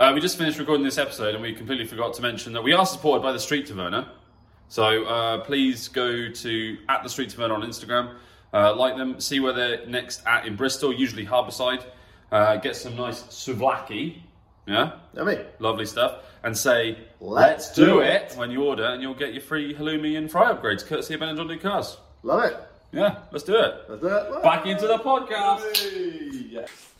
Uh, we just finished recording this episode and we completely forgot to mention that we are supported by the Street Taverna. So uh, please go to at the Street Taverna on Instagram, uh, like them, see where they're next at in Bristol, usually Harbourside. Uh, get some nice souvlaki, yeah, I mean, lovely stuff, and say Let's do it." when you order, and you'll get your free halloumi and fry upgrades courtesy of Ben and John Lucas. love it. Yeah, let's do it. That's it. Back into the podcast.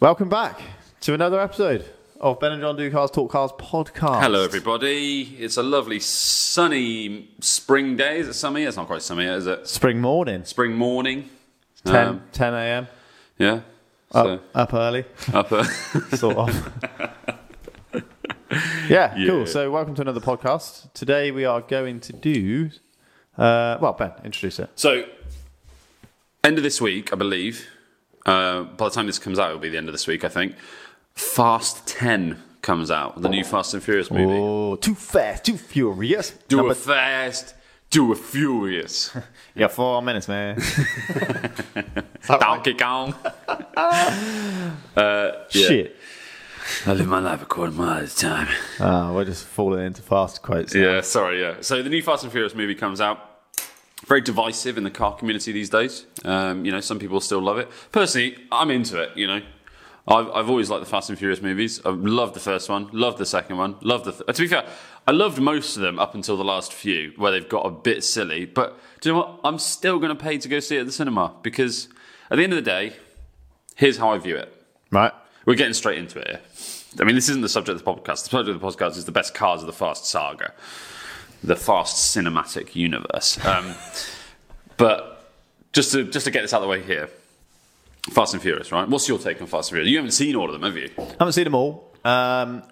Welcome back to another episode of Ben and John Do Cars Talk Cars podcast. Hello, everybody. It's a lovely sunny spring day. Is it sunny? It's not quite sunny, yet, is it? Spring morning, Spring morning. 10, Um, 10 a.m. yeah. Up, up early, So, up uh, sort of. yeah, Yeah. cool. So, welcome to another podcast. Today we are going to do. Uh, well, Ben, introduce it. so, end of this week, I believe. Uh, by the time this comes out, it'll be the end of this week, I think. Fast 10 comes out, the new Fast and Furious movie. Oh, too fast, too furious. Do Number- it fast, do it furious. yeah, four minutes, man. Donkey Kong. Shit. I live my life a quarter mile at a time. Ah, we're just falling into fast quotes. Yeah, uh, sorry, yeah. So the new Fast and Furious movie comes out. Very divisive in the car community these days. Um, you know, some people still love it. Personally, I'm into it, you know. I've, I've always liked the Fast and Furious movies. I loved the first one, loved the second one, loved the. Th- to be fair, I loved most of them up until the last few, where they've got a bit silly. But do you know what? I'm still going to pay to go see it at the cinema because at the end of the day, here's how I view it. Right? We're getting straight into it. here. I mean, this isn't the subject of the podcast. The subject of the podcast is the best cars of the Fast Saga, the Fast cinematic universe. Um, but just to just to get this out of the way here, Fast and Furious, right? What's your take on Fast and Furious? You haven't seen all of them, have you? Haven't seen them all. Um,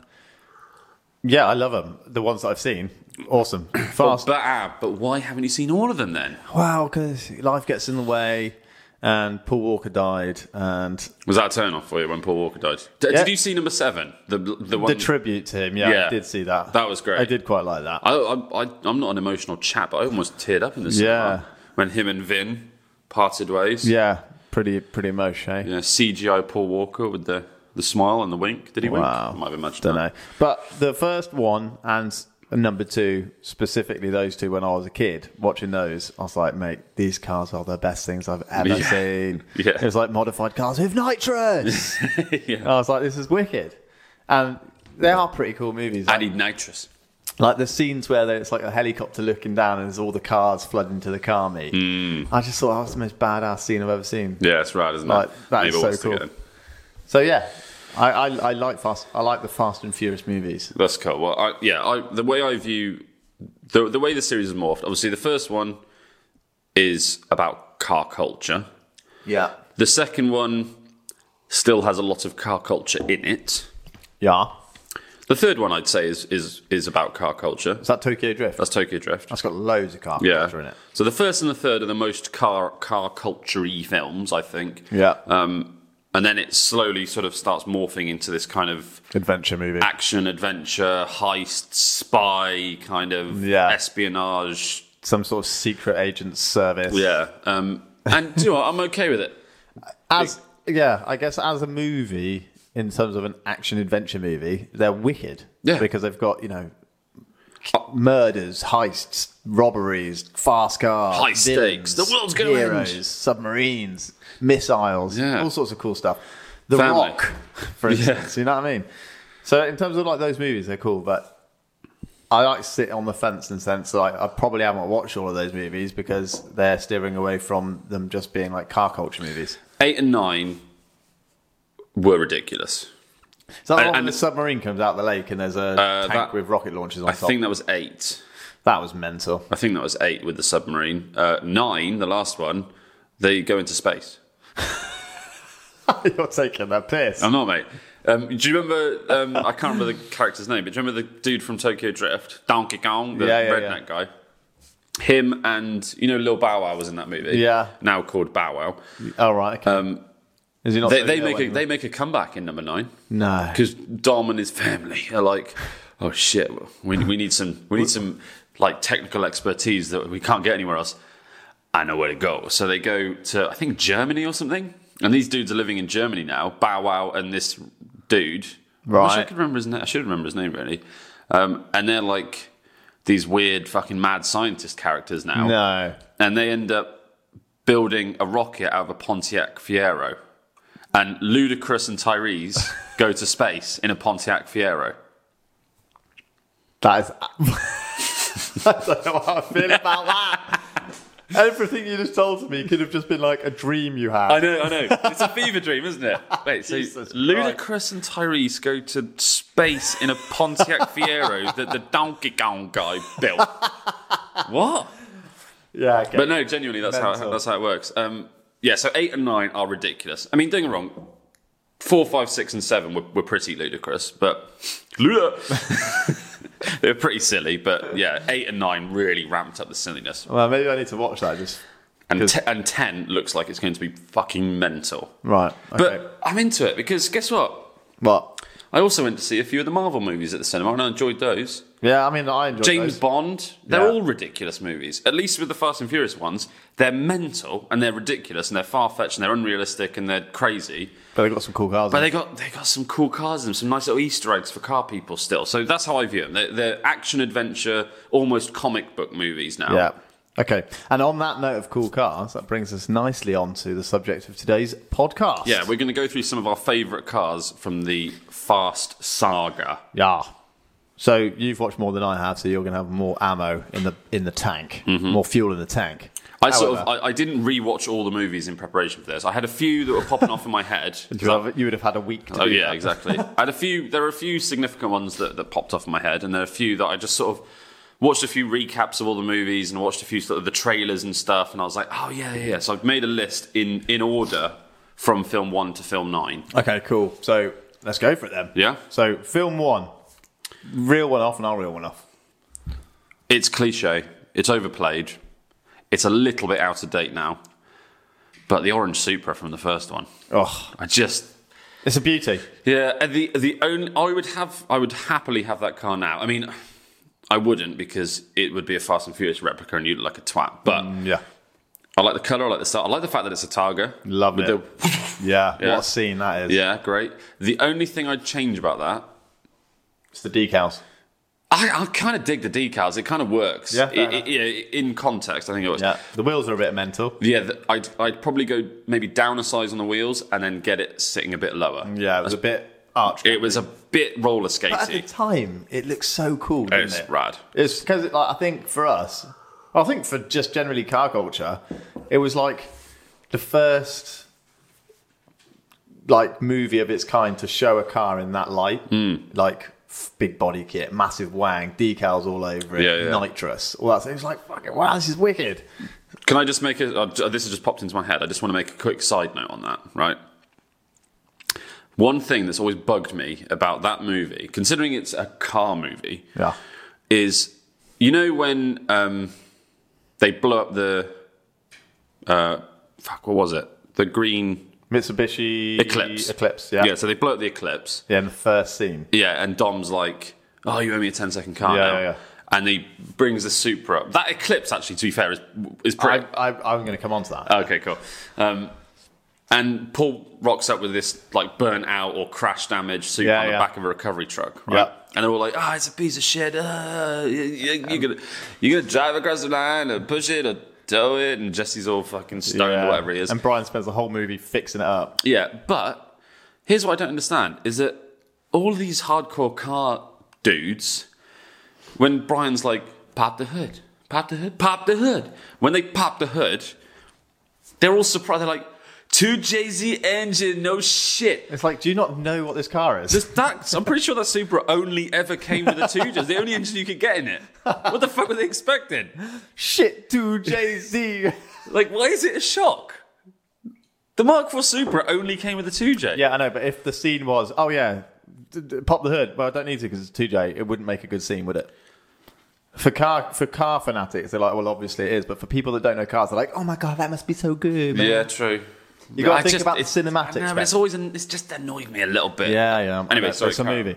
yeah, I love them. The ones that I've seen, awesome. Fast. But ah, but why haven't you seen all of them then? wow, because life gets in the way, and Paul Walker died, and Was that a turn off for you when Paul Walker died? D- Yeah. Did you see number seven? The the one. the tribute to him. Yeah, Yeah. I did see that. That was great. I did quite like that. I, I, I, I'm not an emotional chap, but I almost teared up in the cinema Yeah. when him and Vin parted ways. yeah, pretty pretty eh? emotional. Yeah, CGI Paul Walker with the, the smile and the wink. Did he Wow. wink? Might have imagined Don't that. know. But the first one and number two, specifically those two, when I was a kid watching those, I was like, mate, these cars are the best things I've ever Yeah. seen. Yeah. It was like modified cars with nitrous. And yeah. I was like, this is wicked. And they are pretty cool movies. I need nitrous. Like the scenes where it's like a helicopter looking down and there's all the cars flooding to the car meet. Hmm. I just thought that was the most badass scene I've ever seen. Yeah, that's right, isn't Like, it? that is Maybe I'll so watch it cool. again. So yeah, I, I, I like fast. I like the Fast and Furious movies. That's cool. Well, I, yeah, I, the way I view the the way the series is morphed. Obviously, the first one is about car culture. Yeah, The second one still has a lot of car culture in it. yeah. The third one, I'd say, is is is about car culture. Is that Tokyo Drift? That's Tokyo Drift. That's got loads of car Yeah. culture in it. So the first and the third are the most car car culture-y films, I think. Yeah. Um, and then it slowly sort of starts morphing into this kind of Adventure movie. action adventure, heist, spy kind of Yeah. espionage. Some sort of secret agent service. Yeah. Um, and do you know what? I'm okay with it. As yeah, I guess as a movie in terms of an action adventure movie, they're wicked. Yeah. Because they've got, you know, uh, murders, heists, robberies, fast cars, High stakes. The world's gonna end. heroes, submarines, missiles, Yeah. all sorts of cool stuff. The Family. Rock, for instance. You know what I mean? So in terms of like those movies, they're cool, but I like sit on the fence in the sense that like, I probably haven't watched all of those movies because they're steering away from them just being like car culture movies. Eight and nine were ridiculous. Is that the And- one when and- Uh, the submarine comes out of the lake and there's a tank that- with rocket launches on I top? think that was eight. that was mental. I think that was eight with the submarine. Uh, nine, the last one, they go into space. You're taking that piss. I'm not, mate. Um, do you remember? Um, I can't remember the character's name, but do you remember the dude from Tokyo Drift, Donkey Kong, the Yeah, yeah, redneck guy? Him and you know Lil Bow Wow was in that movie. Yeah. now called Bow Wow. Um, All right. Okay. Is he not? They, so they ill make a, anymore? they make a comeback in number nine no. because Dom and his family are like, oh shit, we, we need some we need some like technical expertise that we can't get anywhere else. I know where to go. So they go to I think Germany or something, and these dudes are living in Germany now. Bow Wow and this dude I wish I Right. could remember his name. I should remember his name really. Um, and they're like these weird fucking mad scientist characters now. No. And they end up building a rocket out of a Pontiac Fiero. And Ludacris and Tyrese go to space in a Pontiac Fiero. That is. I don't know how I feel about that. Everything you just told me could have just been like a dream you had. I know, I know. It's a fever dream, isn't it? Wait, so Jesus Ludacris and Tyrese go to space in a Pontiac Fiero that the Donkey Kong guy built. what? yeah, okay. But no, genuinely, that's how Mental. that's how it works. Um, yeah, so eight and nine are ridiculous. I mean, don't get me wrong, four, five, six, and seven were, were pretty ludicrous, but they were pretty silly. But yeah, eight and nine really ramped up the silliness, Well, maybe I need to watch that. Just and te- and ten looks like it's going to be fucking mental. right. Okay. But I'm into it because guess what? what? I also went to see a few of the Marvel movies at the cinema, and I enjoyed those. Yeah, I mean, I enjoyed James those. Bond. They're Yeah. all ridiculous movies. At least with the Fast and Furious ones, they're mental and they're ridiculous and they're far fetched and they're unrealistic and they're crazy. but they got some cool cars. But they got they got some cool cars and some nice little Easter eggs for car people still. So that's how I view them. They're, they're action adventure, almost comic book movies now. Yeah. Okay. And on that note of cool cars, that brings us nicely onto the subject of today's podcast. Yeah, we're going to go through some of our favourite cars from the Fast saga. yeah. So you've watched more than I have, so you're going to have more ammo in the in the tank, Mm-hmm. more fuel in the tank. I sort of I, I didn't rewatch all the movies in preparation for this. I had a few that were popping off in my head. You, have, you would have had a week. To Oh do yeah, that. exactly. I had a few. There are a few significant ones that, that popped off in my head, and there are a few that I just sort of watched a few recaps of all the movies and watched a few sort of the trailers and stuff, and I was like, oh yeah, yeah. yeah. So I've made a list in in order from film one to film nine. Okay, cool. So let's go for it then. Yeah, So film one, real one off, and I'll reel one off. it's cliche. It's overplayed. It's a little bit out of date now, but the orange Supra from the first one, Oh, I just it's a beauty. Yeah, and the the only I would have I would happily have that car now. I mean, I wouldn't because it would be a Fast and Furious replica and you'd look like a twat. But Yeah. I like the color, I like the style, I like the fact that it's a Targa. Love With it. the- yeah. Yeah. What a scene that is. yeah, great. The only thing I'd change about that, It's the decals. I, I kind of dig the decals. It kind of works. Yeah, fair I- I- yeah, in context, I think it was. Yeah. The wheels are a bit mental. Yeah, th- I'd I'd probably go maybe down a size on the wheels and then get it sitting a bit lower. Yeah, it was a bit arch. It was a bit roller But at the skatey. time, it looks so cool, didn't It's it? rad. It's because like, I think for us, I think for just generally car culture, it was like the first like movie of its kind to show a car in that light, Hmm. like f- big body kit, massive wang, decals all over it, Yeah, yeah. nitrous, all that. Stuff. It was like fucking wow, this is wicked. Can I just make a? Uh, this has just popped into my head. I just want to make a quick side note on that, right? One thing that's always bugged me about that movie, considering it's a car movie, Yeah, is you know when um, they blow up the uh, fuck, what was it? The green Mitsubishi Eclipse. Eclipse, yeah, yeah. So they blow up the Eclipse, yeah, in the first scene. yeah. And Dom's like, "Oh, you owe me a 10-second car Yeah, now," yeah, yeah. and he brings the Supra up. That Eclipse, actually, to be fair, is is I, pretty. I, I'm going to come on to that. Okay, cool. Um, and Paul rocks up with this like burnt out or crash damage suit Yeah, on the yeah. back of a recovery truck, right? Yeah. And they're all like, "Ah, it's a piece of shit. Uh, you, you, you're gonna you're gonna drive across the line or push it or tow it." And Jesse's all fucking stoned, Yeah. or whatever he is. And Brian spends the whole movie fixing it up. yeah, but here's what I don't understand: is that all these hardcore car dudes, when Brian's like, "Pop the hood, pop the hood, pop the hood," when they pop the hood, they're all surprised. They're like, two Jay Z engine, no shit." It's like, do you not know what this car is? This, that, I'm pretty sure that Supra only ever came with a two J's. The only engine you could get in it. What the fuck were they expecting? shit to Jay Z. Like, why is it a shock? The Mark IV Supra only came with a two J. yeah, I know, but if the scene was, oh yeah, d- d- pop the hood. Well, I don't need to because it's two J. It wouldn't make a good scene, would it? For car for car fanatics, they're like, well, obviously it is. But for people that don't know cars, they're like, oh my god, that must be so good. Man. Yeah, true. You gotta I think about the it's- cinematics, I know, but man. it's always an, it's just annoyed me a little bit. yeah, yeah. Anyway, But sorry, it's a car. movie.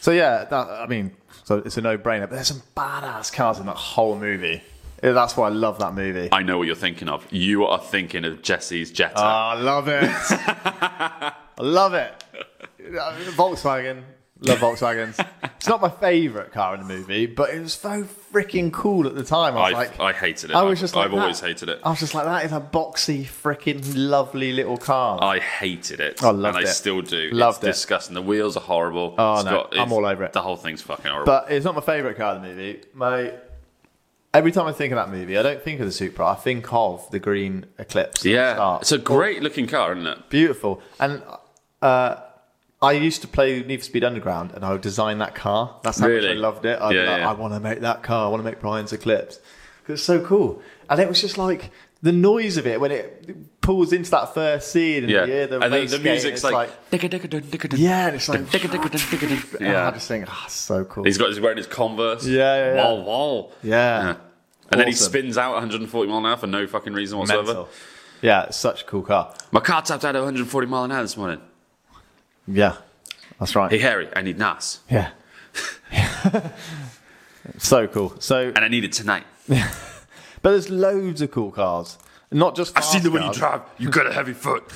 So yeah, that, I mean, so it's a no brainer. But there's some badass cars in that whole movie. Yeah, That's why I love that movie. I know what you're thinking of. You are thinking of Jesse's Jetta. Ah, I love it. I love it. Volkswagen Love Volkswagens. it's not my favourite car in the movie, but it was so freaking cool at the time. I I, was like, I hated it. I was I've- just like, I've always that- hated it. I was just like, that is a boxy, freaking lovely little car. I hated it. I loved and it. I still do. Loved it. it's disgusting. The wheels are horrible. Oh, It's no. I'm it's- all over it. The whole thing's fucking horrible. But it's not my favourite car in the movie. My every time I think of that movie, I don't think of the Supra. I think of the green Eclipse. at the yeah, start. it's a great looking car, isn't it? beautiful. And uh, I used to play Need for Speed Underground, and I would design that car. That's how much I Really? loved it. I'd be Yeah, like, yeah. I want to make that car. I want to make Brian's Eclipse 'Cause it's so cool. And it was just like the noise of it when it pulls into that first scene. And Yeah, you hear the, and then race the gate, and music's it's like, yeah, and it's like. Yeah. I just think, ah, so cool. He's got he's wearing his Converse. Yeah, yeah, yeah. Wow, wow. Yeah. And then he Awesome. spins out 140 mile an hour for no fucking reason whatsoever. Mental. Yeah, it's such a cool car. My car tapped out at 140 mile an hour this morning. Yeah, that's right. Hey Harry, I need NAS, Yeah. so cool. So, and I need it tonight. but there's loads of cool cars. Not just. I've seen fast the way you cars. drive. You got a heavy foot.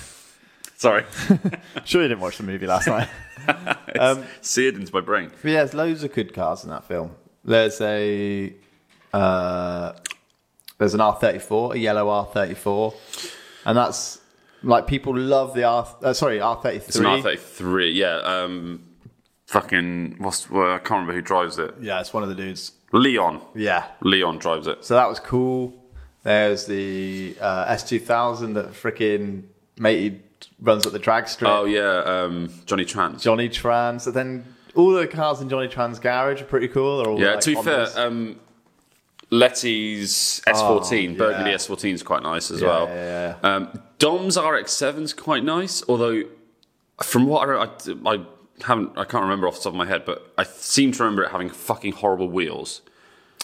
Sorry, Sure, you didn't watch the movie last night. it's seared into my brain. but yeah, there's loads of good cars in that film. There's a. Uh, there's an R34, a yellow R34, and that's like people love the R. Uh, sorry, R33. It's an R33. Yeah. Um, fucking what's well, I can't remember who drives it. Yeah, it's one of the dudes. Leon. Yeah, Leon drives it. So that was cool. There's the uh, S2000 that freaking matey runs up the drag strip. Oh yeah, um, Johnny Trans. Johnny Trans. So then all the cars in Johnny Tran's garage are pretty cool. They're all yeah. like, to be fair, Hondas. um, Letty's S14, Oh, Burgundy yeah. S14 is quite nice as Yeah, well. yeah, Um, Dom's RX7 is quite nice, although from what I, re- I I haven't I can't remember off the top of my head, but I seem to remember it having fucking horrible wheels.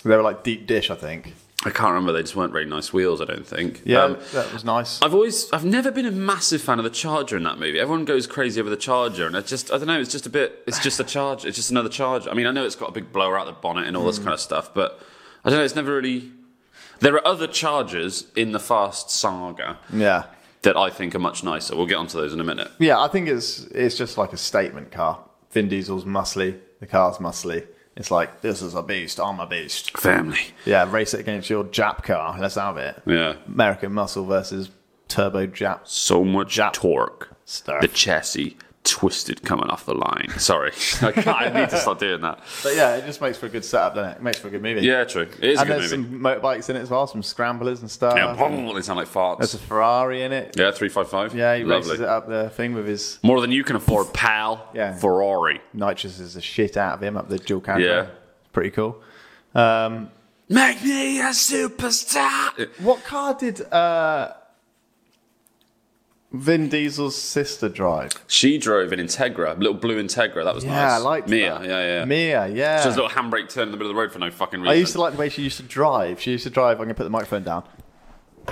they were like deep dish, I think. I can't remember. They just weren't very nice wheels. I don't think. Yeah, Um, that was nice. I've always, I've never been a massive fan of the Charger in that movie. Everyone goes crazy over the Charger, and I just, I don't know. It's just a bit. It's just a charge. It's just another Charger. I mean, I know it's got a big blower out the bonnet and all Hmm. this kind of stuff, but I don't know. It's never really. There are other Chargers in the Fast saga yeah, that I think are much nicer. We'll get onto those in a minute. yeah. I think it's it's just like a statement car. Vin Diesel's muscly. The car's muscly. It's like this is a beast. I'm a beast. Family. Yeah, race it against your Jap car. Let's have it. Yeah. American muscle versus turbo Jap So much Jap- torque. stuff. The chassis twisted coming off the line. Sorry, I, can't, I need to stop doing that. But yeah, it just makes for a good setup, doesn't it? It makes for a good movie. Yeah, true. It is a And good there's movie. some motorbikes in it as well, some uh, scramblers and stuff. Yeah, boom, they sound like farts. There's a Ferrari in it. yeah, three five five. Yeah, he races lovely. it up the thing with his More than you can afford, pal. Yeah. Ferrari. nitrous is the shit out of him up the dual camera. Yeah. Pretty cool. Um, Make me a superstar. what car did uh, Vin Diesel's sister drive? She drove an Integra, a little blue Integra. That was nice. Yeah, I liked Mia. that. Yeah, yeah. yeah. Mia, yeah. She has a little handbrake turn in the middle of the road for no fucking reason. I used to like the way she used to drive. She used to drive. I'm gonna put the microphone down.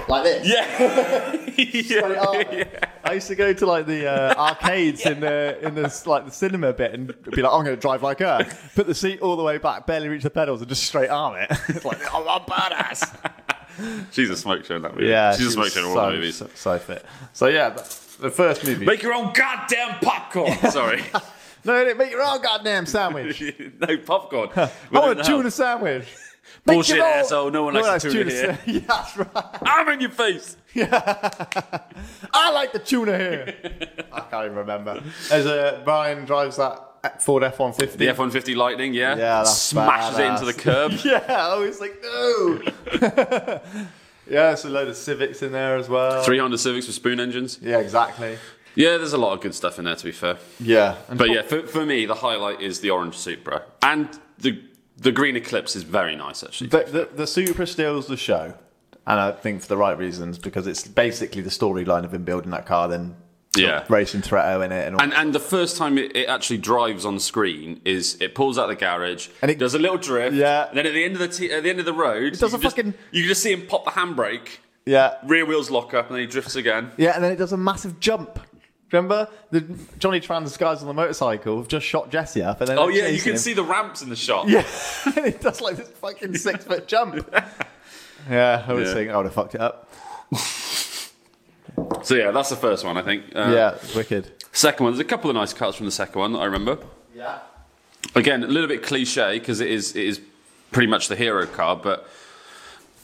Like this. yeah. I used to go to like the uh, arcades in the in the like the cinema bit and be like, I'm going to drive like her. Put the seat all the way back, barely reach the pedals, and just straight arm it. It's like, oh, I'm badass. She's a smoke show in that movie. Yeah, she's a she smoke was show in all so, the movies. So, so fit. So yeah, th- the first movie. Make your own goddamn popcorn. Sorry, no, no, make your own goddamn sandwich. no popcorn. I want a tuna sandwich. Make Bullshit, your own- asshole. No one likes a tuna here. sa- yeah, that's right. I'm in your face. I like the tuna here. I can't even remember. As uh, Brian drives that Ford F-150. The F-150 Lightning, yeah, Yeah, that's smashes it badass. into the curb. Yeah, I was like, no. yeah, it's a load of Civics in there as well. Three Honda Civics with spoon engines. Yeah, exactly. Yeah, there's a lot of good stuff in there, to be fair. Yeah. And But yeah, for, for me, the highlight is the orange Supra. And the the green Eclipse is very nice, actually. the, the, the Supra steals the show. And I think for the right reasons, because it's basically the storyline of him building that car, then Yeah. racing Toretto in it. And, all. And, and the first time it, it actually drives on screen is it pulls out the garage And and it- it does a little drift. Yeah. Then at the end of the t- at the end of the road, it does you a just, fucking- you can just see him pop the handbrake, yeah. rear wheels lock up, and then he drifts again. Yeah, and then it does a massive jump. Remember? The Johnny Tran's guys on the motorcycle have just shot Jesse up. And then Oh they're yeah, you chasing can him. see the ramps in the shot. Yeah, and it does like this fucking six foot jump. Yeah, I was Yeah. thinking I would have fucked it up. So yeah, that's the first one I think. Uh, Yeah, it's wicked. Second one, there's a couple of nice cars from the second one that I remember. Yeah. again, a little bit cliche because it is it is pretty much the hero car, but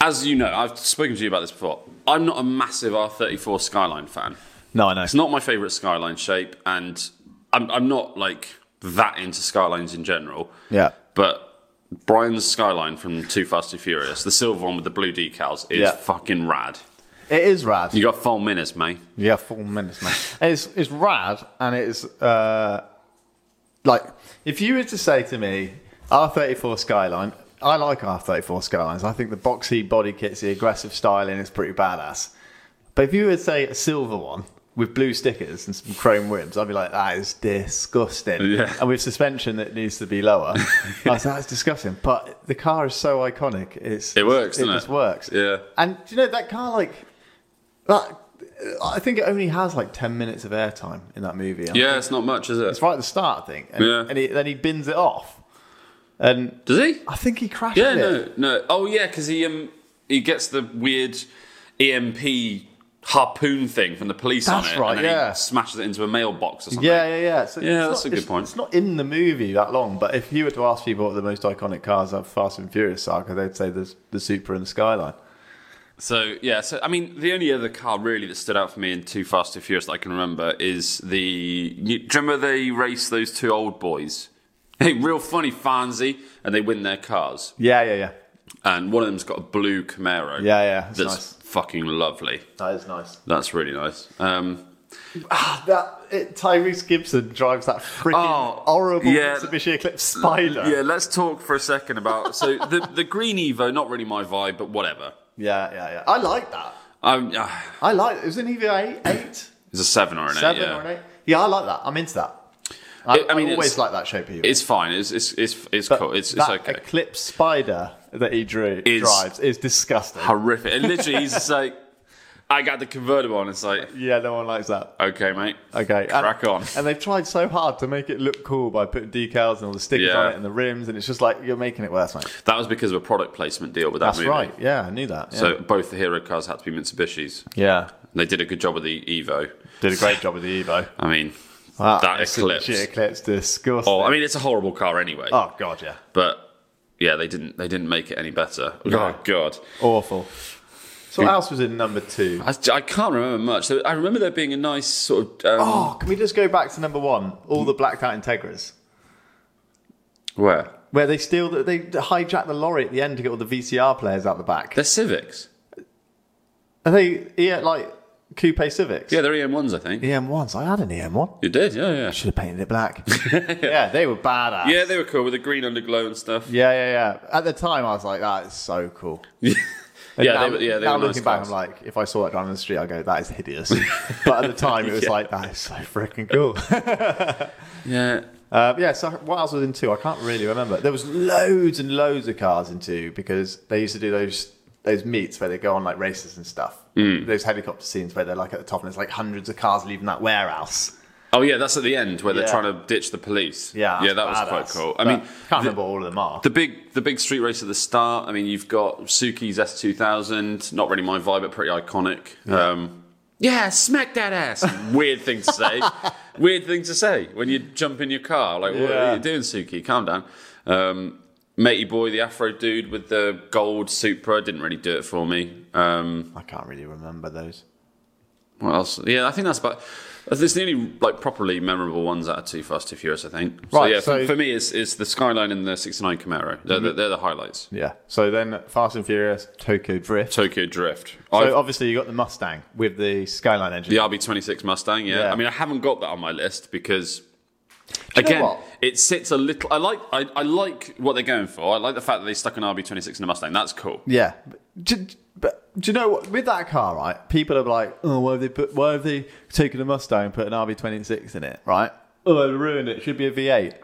as you know, I've spoken to you about this before. I'm not a massive R34 Skyline fan. No, I know. It's not my favorite Skyline shape, and I'm I'm not like that into Skylines in general. Yeah. But Brian's Skyline from Too Fast Too Furious, the silver one with the blue decals, is Yeah. fucking rad. It is rad. You got four minutes, mate. Yeah, four minutes, man. It's it's rad, and it's uh, like if you were to say to me, R thirty four Skyline. I like R thirty four Skylines. I think the boxy body kits, the aggressive styling is pretty badass. But if you would say a silver one with blue stickers and some chrome rims, I'd be like, that is disgusting. Yeah. And with suspension that needs to be lower, I was like, that's disgusting. But the car is so iconic. It's It works, It doesn't just it? works. Yeah. And do you know that car like that? I think it only has like ten minutes of airtime in that movie. Yeah, it's not much, is it's it? right at the start, I think. And, Yeah. and he, then he bins it off, and Does he? I think he crashes Yeah, it. no, no. Oh, yeah, because he um he gets the weird EMP harpoon thing from the police on That's it, right, and then yeah. he smashes it into a mailbox or something. Yeah, yeah, yeah. So Yeah, it's that's not- a good it's- point. It's not in the movie that long, but if you were to ask people what the most iconic cars of Fast and Furious saga, they'd say the the Supra and the Skyline. So yeah, so I mean, the only other car really that stood out for me in Too Fast Too Furious that I can remember is the. You, do you remember they race those two old boys? Hey, real funny fancy, and they win their cars. Yeah, yeah, yeah. And one of them's got a blue Camaro. Yeah, yeah, that's that's nice. fucking lovely. That is nice. That's really nice. Um, That it, Tyrese Gibson drives that freaking Oh, horrible yeah. Mitsubishi Eclipse Spider. Yeah, let's talk for a second about so the the green Evo. Not really my vibe, but whatever. Yeah, yeah, yeah. I like that. Um, uh, I like it. was an EVA eight, it's a seven or an seven eight. Uh, Yeah. or an eight. Yeah, I like that. I'm into that. I, It- I I mean, mean, always it's- like that shape of you. It's fine. It's it's it's, it's cool. It's it's that okay. Eclipse Spider that he drew Is- drives is disgusting. Horrific. And literally, he's just like, I got the convertible, and it's like, yeah, no one likes that. okay, mate. Okay, and- Crack on. And they've tried so hard to make it look cool by putting decals and all the stickers Yeah. on it and the rims, and it's just like you're making it worse, mate. That was because of a product placement deal with that That's movie. right. Yeah, I knew that. Yeah. So both the hero cars had to be Mitsubishi's. yeah, And they did a good job with the Evo. did a great job with the Evo. I mean, Wow, That Mitsubishi Eclipse. Eclipse, disgusting. oh, I mean, it's a horrible car anyway. oh god, yeah, But yeah, they didn't they didn't make it any better. Oh god. awful. So what else was in number two? I, I can't remember much. I remember there being a nice sort of um, Oh, can we just go back to number one? All the blacked out Integras, where where they steal, the, they hijack the lorry at the end to get all the VCR players out the back. they're Civics. Are they yeah, like coupe Civics? Yeah, they're EM1s, I think. EM ones. I had an EM one. You did, yeah, yeah. Should have painted it black. yeah, they were badass. Yeah, they were cool with the green underglow and stuff. yeah, yeah, yeah. At the time, I was like, that is so cool. yeah, now, they were. Yeah, they now were nice looking back, cars. I'm like, if I saw that driving on the street, I go, that is hideous. but at the time, it was Yeah. like, that is so freaking cool. yeah, Uh, yeah, so what else was in two? I can't really remember. There was loads and loads of cars in two because they used to do those those meets where they go on like races and stuff. Mm. Those helicopter scenes where they're like at the top and there's like hundreds of cars leaving that warehouse. Oh yeah, that's at the end where they're Yeah. trying to ditch the police. Yeah, yeah, that that's was quite badass. cool. I But mean, can't the, remember all of them are. the big the big street race at the start. I mean, you've got Suki's S two thousand. Not really my vibe, but pretty iconic. Yeah, um, yeah smack that ass. Weird thing to say. Weird thing to say when you jump in your car. Like, what Yeah. are you doing, Suki? Calm down. Um, Matey boy, the Afro dude with the gold Supra didn't really do it for me. Um, I can't really remember those. What else? Yeah, I think that's about. It's the only like properly memorable ones out of Too Fast Too Furious, I think. So, Right, yeah, so- Mm-hmm. for, for me, it's, it's the Skyline and the '69 Camaro. They're, the, they're the highlights. Yeah. So then Fast and Furious, Tokyo Drift. Tokyo Drift. so I've, obviously you got the Mustang with the Skyline engine. the RB26 Mustang. Yeah. Yeah. I mean, I haven't got that on my list because. know Again, what? it sits a little. I like. I, I like what they're going for. I like the fact that they stuck an RB26 in a Mustang. That's cool. Yeah. But do, but do you know what? With that car, right? People are like, oh, why have they put, why have they taken a Mustang and put an RB26 in it, right? Oh, they ruined it. It should be a V8.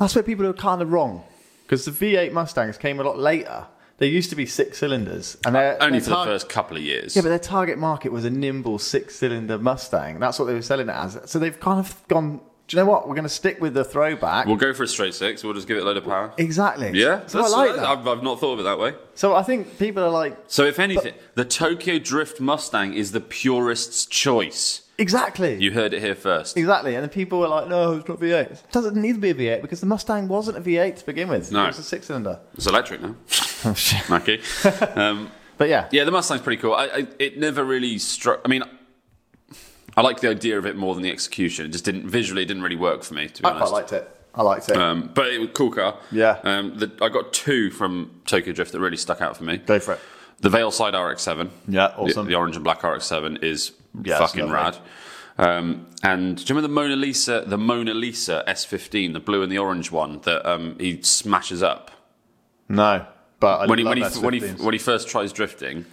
That's where people are kind of wrong. Because the V8 Mustangs came a lot later. They used to be six cylinders. and they're, Only they're for the tar- first couple of years. Yeah, but their target market was a nimble six-cylinder Mustang. That's what they were selling it as. So they've kind of gone. Do you know what? We're going to stick with the throwback. we'll go for a straight six. We'll just give it a load of power. exactly. Yeah, So I that's- like that. I've, I've not thought of it that way. so I think people are like, So, if anything, the Tokyo Drift Mustang is the purist's choice. Exactly. You heard it here first. Exactly, and then people were like, "No, it's not V8. It doesn't need to be a V8 because the Mustang wasn't a V8 to begin with. No. it was a six-cylinder." It's electric now. Oh, shit. Okay. Um, But yeah, yeah, the Mustang's pretty cool. I, I, it never really struck. I mean, I like the idea of it more than the execution. It just didn't visually. It didn't really work for me, to be I honest. quite liked it. I liked it. um, but it was a cool car. Yeah. Um, the, I got two from Tokyo Drift that really stuck out for me. Go for it. The Veil Side RX-7. Yeah, The- awesome. The, orange and black RX-7 is Yeah, it's fucking lovely. rad. Um, and do you remember the Mona Lisa, the Mona Lisa S15, the blue and the orange one that um, he smashes up No, but I when he love when he, S15s. when he when he first tries drifting,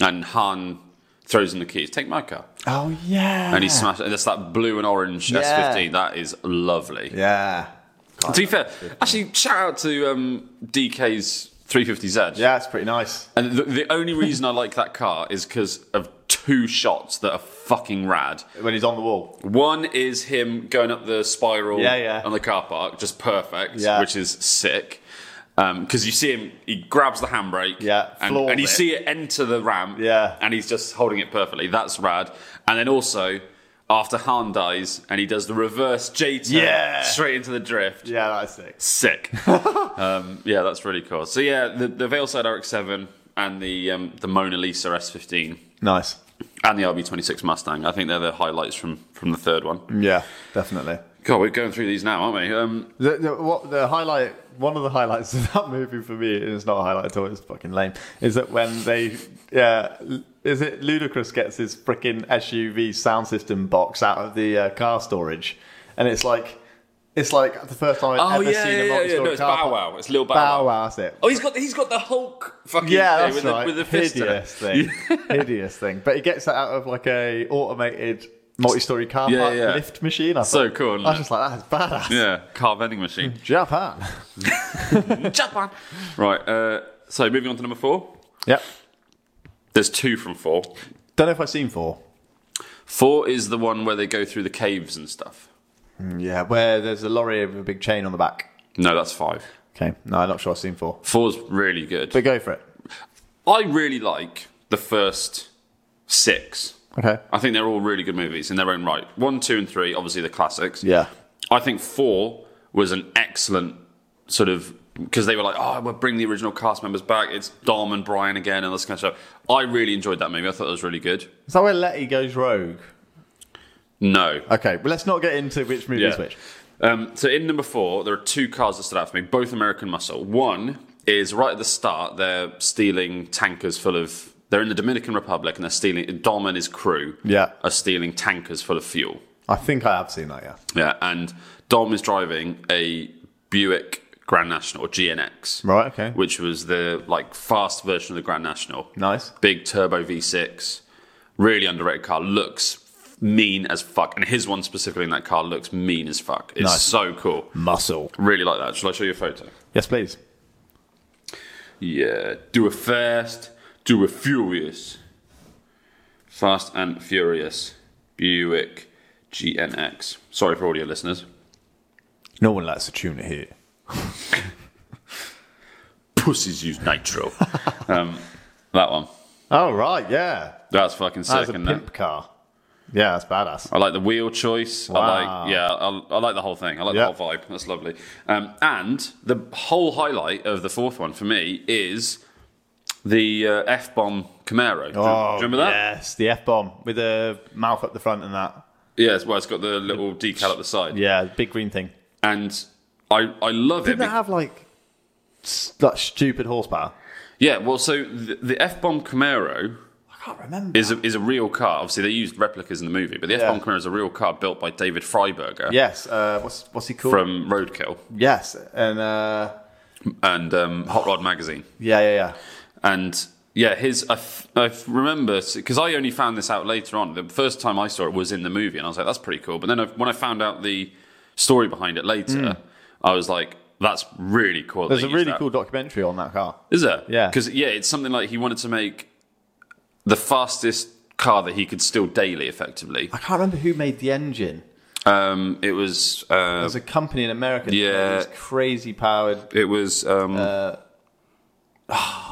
and Han throws in the keys, take my car, oh yeah, and he smashes. That's that blue and orange S15. That is lovely. yeah, To be fair, actually, shout out to um, DK's 350Z. yeah, it's pretty nice. And the, the only reason I like that car is because of two shots that are fucking rad. When he's on the wall, One is him going up the spiral Yeah, yeah. on the car park, just perfect, Yeah. which is sick. Because you see him, he grabs the handbrake, Yeah, and, floors and you it. see it enter the ramp, Yeah. and he's just holding it perfectly. That's rad. And then also after Han dies, and he does the reverse J turn Yeah. straight into the drift. yeah, that's sick. Sick. um, yeah, that's really cool. So yeah, the, the Veilside RX-7 and the um, the Mona Lisa S15 Nice. and the RB26 Mustang. I think they're the highlights from from the third one. Yeah, definitely. God, we're going through these now, aren't we? Um, The, the, what, the highlight, one of the highlights of that movie for me, and it's not a highlight at all, it's fucking lame, is that when they, yeah, l- is it Ludacris gets his freaking SUV sound system box out of the uh, car storage, and it's like, it's like the first time I've oh ever yeah, seen yeah, a yeah, yeah. multi-story No, it's car. Bow Wow. It's Lil Bow, Bow Wow. Wow, that's it. Oh, he's got he's got the Hulk fucking Yeah, thing with, that's right. the, with the fist. in it. hideous thing, hideous thing. But he gets that out of like a automated multi-story car Yeah, park yeah. lift machine. I So thought- cool, isn't I it? was just like, that's badass. Yeah, car vending machine. Japan. Japan. Right. Uh, so moving on to number four. Yep. There's two from four. Don't know if I've seen four. Four is the one where they go through the caves and stuff. Yeah, where there's a lorry with a big chain on the back. No, that's five. Okay, no, I'm not sure I've seen four. Four's really good. But go for it. I really like the first six. Okay. I think they're all really good movies in their own right. One, two, and three, obviously the classics. Yeah. I think four was an excellent sort of because they were like, oh, we'll bring the original cast members back. It's Dom and Brian again and this kind of stuff. I really enjoyed that movie. I thought it was really good. Is that where Letty goes rogue? No. Okay, but let's not get into which movie is Yeah. which. Um, so in number four, there are two cars that stood out for me, both American Muscle. One is right at the start, they're stealing tankers full of. They're in the Dominican Republic and they're stealing. Dom and his crew Yeah. are stealing tankers full of fuel. I think I have seen that, yeah. Yeah, and Dom is driving a Buick Grand National, GNX, Right, okay. which was the like fast version of the Grand National. Nice. Big turbo V6, really underrated car. Looks mean as fuck, and his one specifically in that car looks mean as fuck. It's Nice. so cool. Muscle. Really like that. Shall I show you a photo? Yes, please. Yeah. Do it fast. Do it furious. Fast and furious. Buick GNX. Sorry for all your listeners. No one likes to tune it here. Pussies use nitro. um, that one. Oh, right, yeah. That's fucking sick. That's a isn't it? pimp car. Yeah, that's badass. I like the wheel choice. I Wow. like, yeah, I, I like the whole thing. I like Yeah. the whole vibe. That's lovely. Um, and the whole highlight of the fourth one for me is the uh, F bomb Camaro. Do you- Oh, do you remember that? Yes, the F bomb with the mouth up the front and that. Yeah, it's- well, it's got the little decal at the side, Yeah, big green thing. and I I love it. Didn't be- it have like s- that stupid horsepower? yeah, well, so the, the F bomb Camaro I can't remember. is a, is a real car. Obviously, they used replicas in the movie, but the F bomb Camaro is a real car built by David Freiberger Yes. Uh, what's what's he called? from Roadkill yes, and uh, and um, Hot Rod magazine. yeah, yeah, yeah. And yeah, his I, f- I f- remember because I only found this out later on. The first time I saw it was in the movie, and I was like, "That's pretty cool." But then I, when I found out the story behind it later, I was like, "That's really cool." There's they Hmm. a used really that. cool documentary on that car. is there? Yeah. because yeah, it's something like he wanted to make the fastest car that he could steal daily. Effectively, I can't remember who made the engine. um, it was uh, There's a company in America. that made Yeah. these crazy powered. it was um,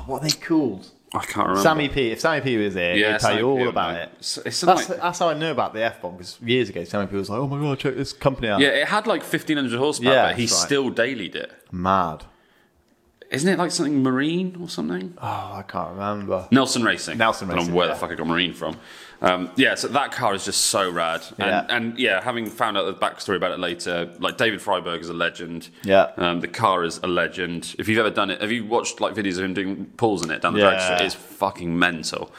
What are they called? I can't remember. Sammy P. If Sammy P was here, he'd tell Sammy you all Peel, about mate. it. It's, it's something That's, like- that's how I knew about the F bomb because years ago, Sammy P was like, "Oh my god, check this company out." yeah, it had like 1500 horsepower, Yeah, but he that's right. still dailied it. Mad. Isn't it like something marine or something? Oh, I can't remember. Nelson Racing. Nelson I don't Racing, know where yeah. the fuck I got Marine from. Um, yeah, so that car is just so rad. And Yeah. and yeah, having found out the backstory about it later, like David Freiberg is a legend. Yeah. Um, the car is a legend. If you've ever done it, have you watched like videos of him doing pulls in it down the drag Yeah. strip? It's fucking mental.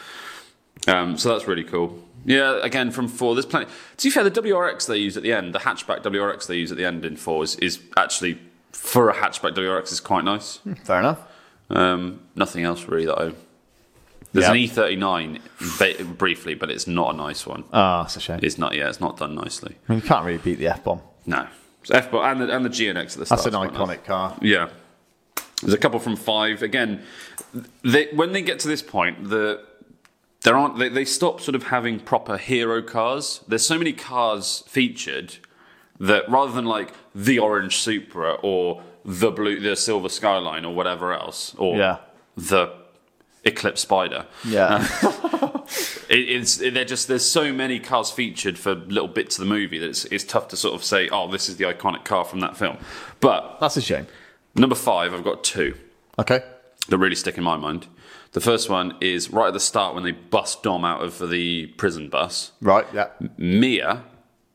Um, so that's really cool. Yeah, again from four. There's plenty. To be fair, the WRX they use at the end, the hatchback WRX they use at the end in four is, is actually for a hatchback WRX is quite nice. Fair enough. Um, nothing else really that I. There's Yeah. an E39 ba- briefly, but it's not a nice one. Ah, it's a shame. It's not. Yeah, it's not done nicely. I mean, you can't really beat the F bomb. No. So F and the and the GNX at the start. That's is an quite nice. iconic car. Yeah. There's a couple from five. Again, they, when they get to this point, the there aren't they, they stop sort of having proper hero cars. There's so many cars featured that rather than like the orange Supra or the blue the silver skyline or whatever else or Yeah. the Eclipse Spider. Yeah, It, it's they're just there's so many cars featured for little bits of the movie that it's, it's tough to sort of say oh this is the iconic car from that film. But that's a shame. number five, I've got two Okay. that really stick in my mind. The first one is right at the start when they bust Dom out of the prison bus. Right. Yeah. Mia,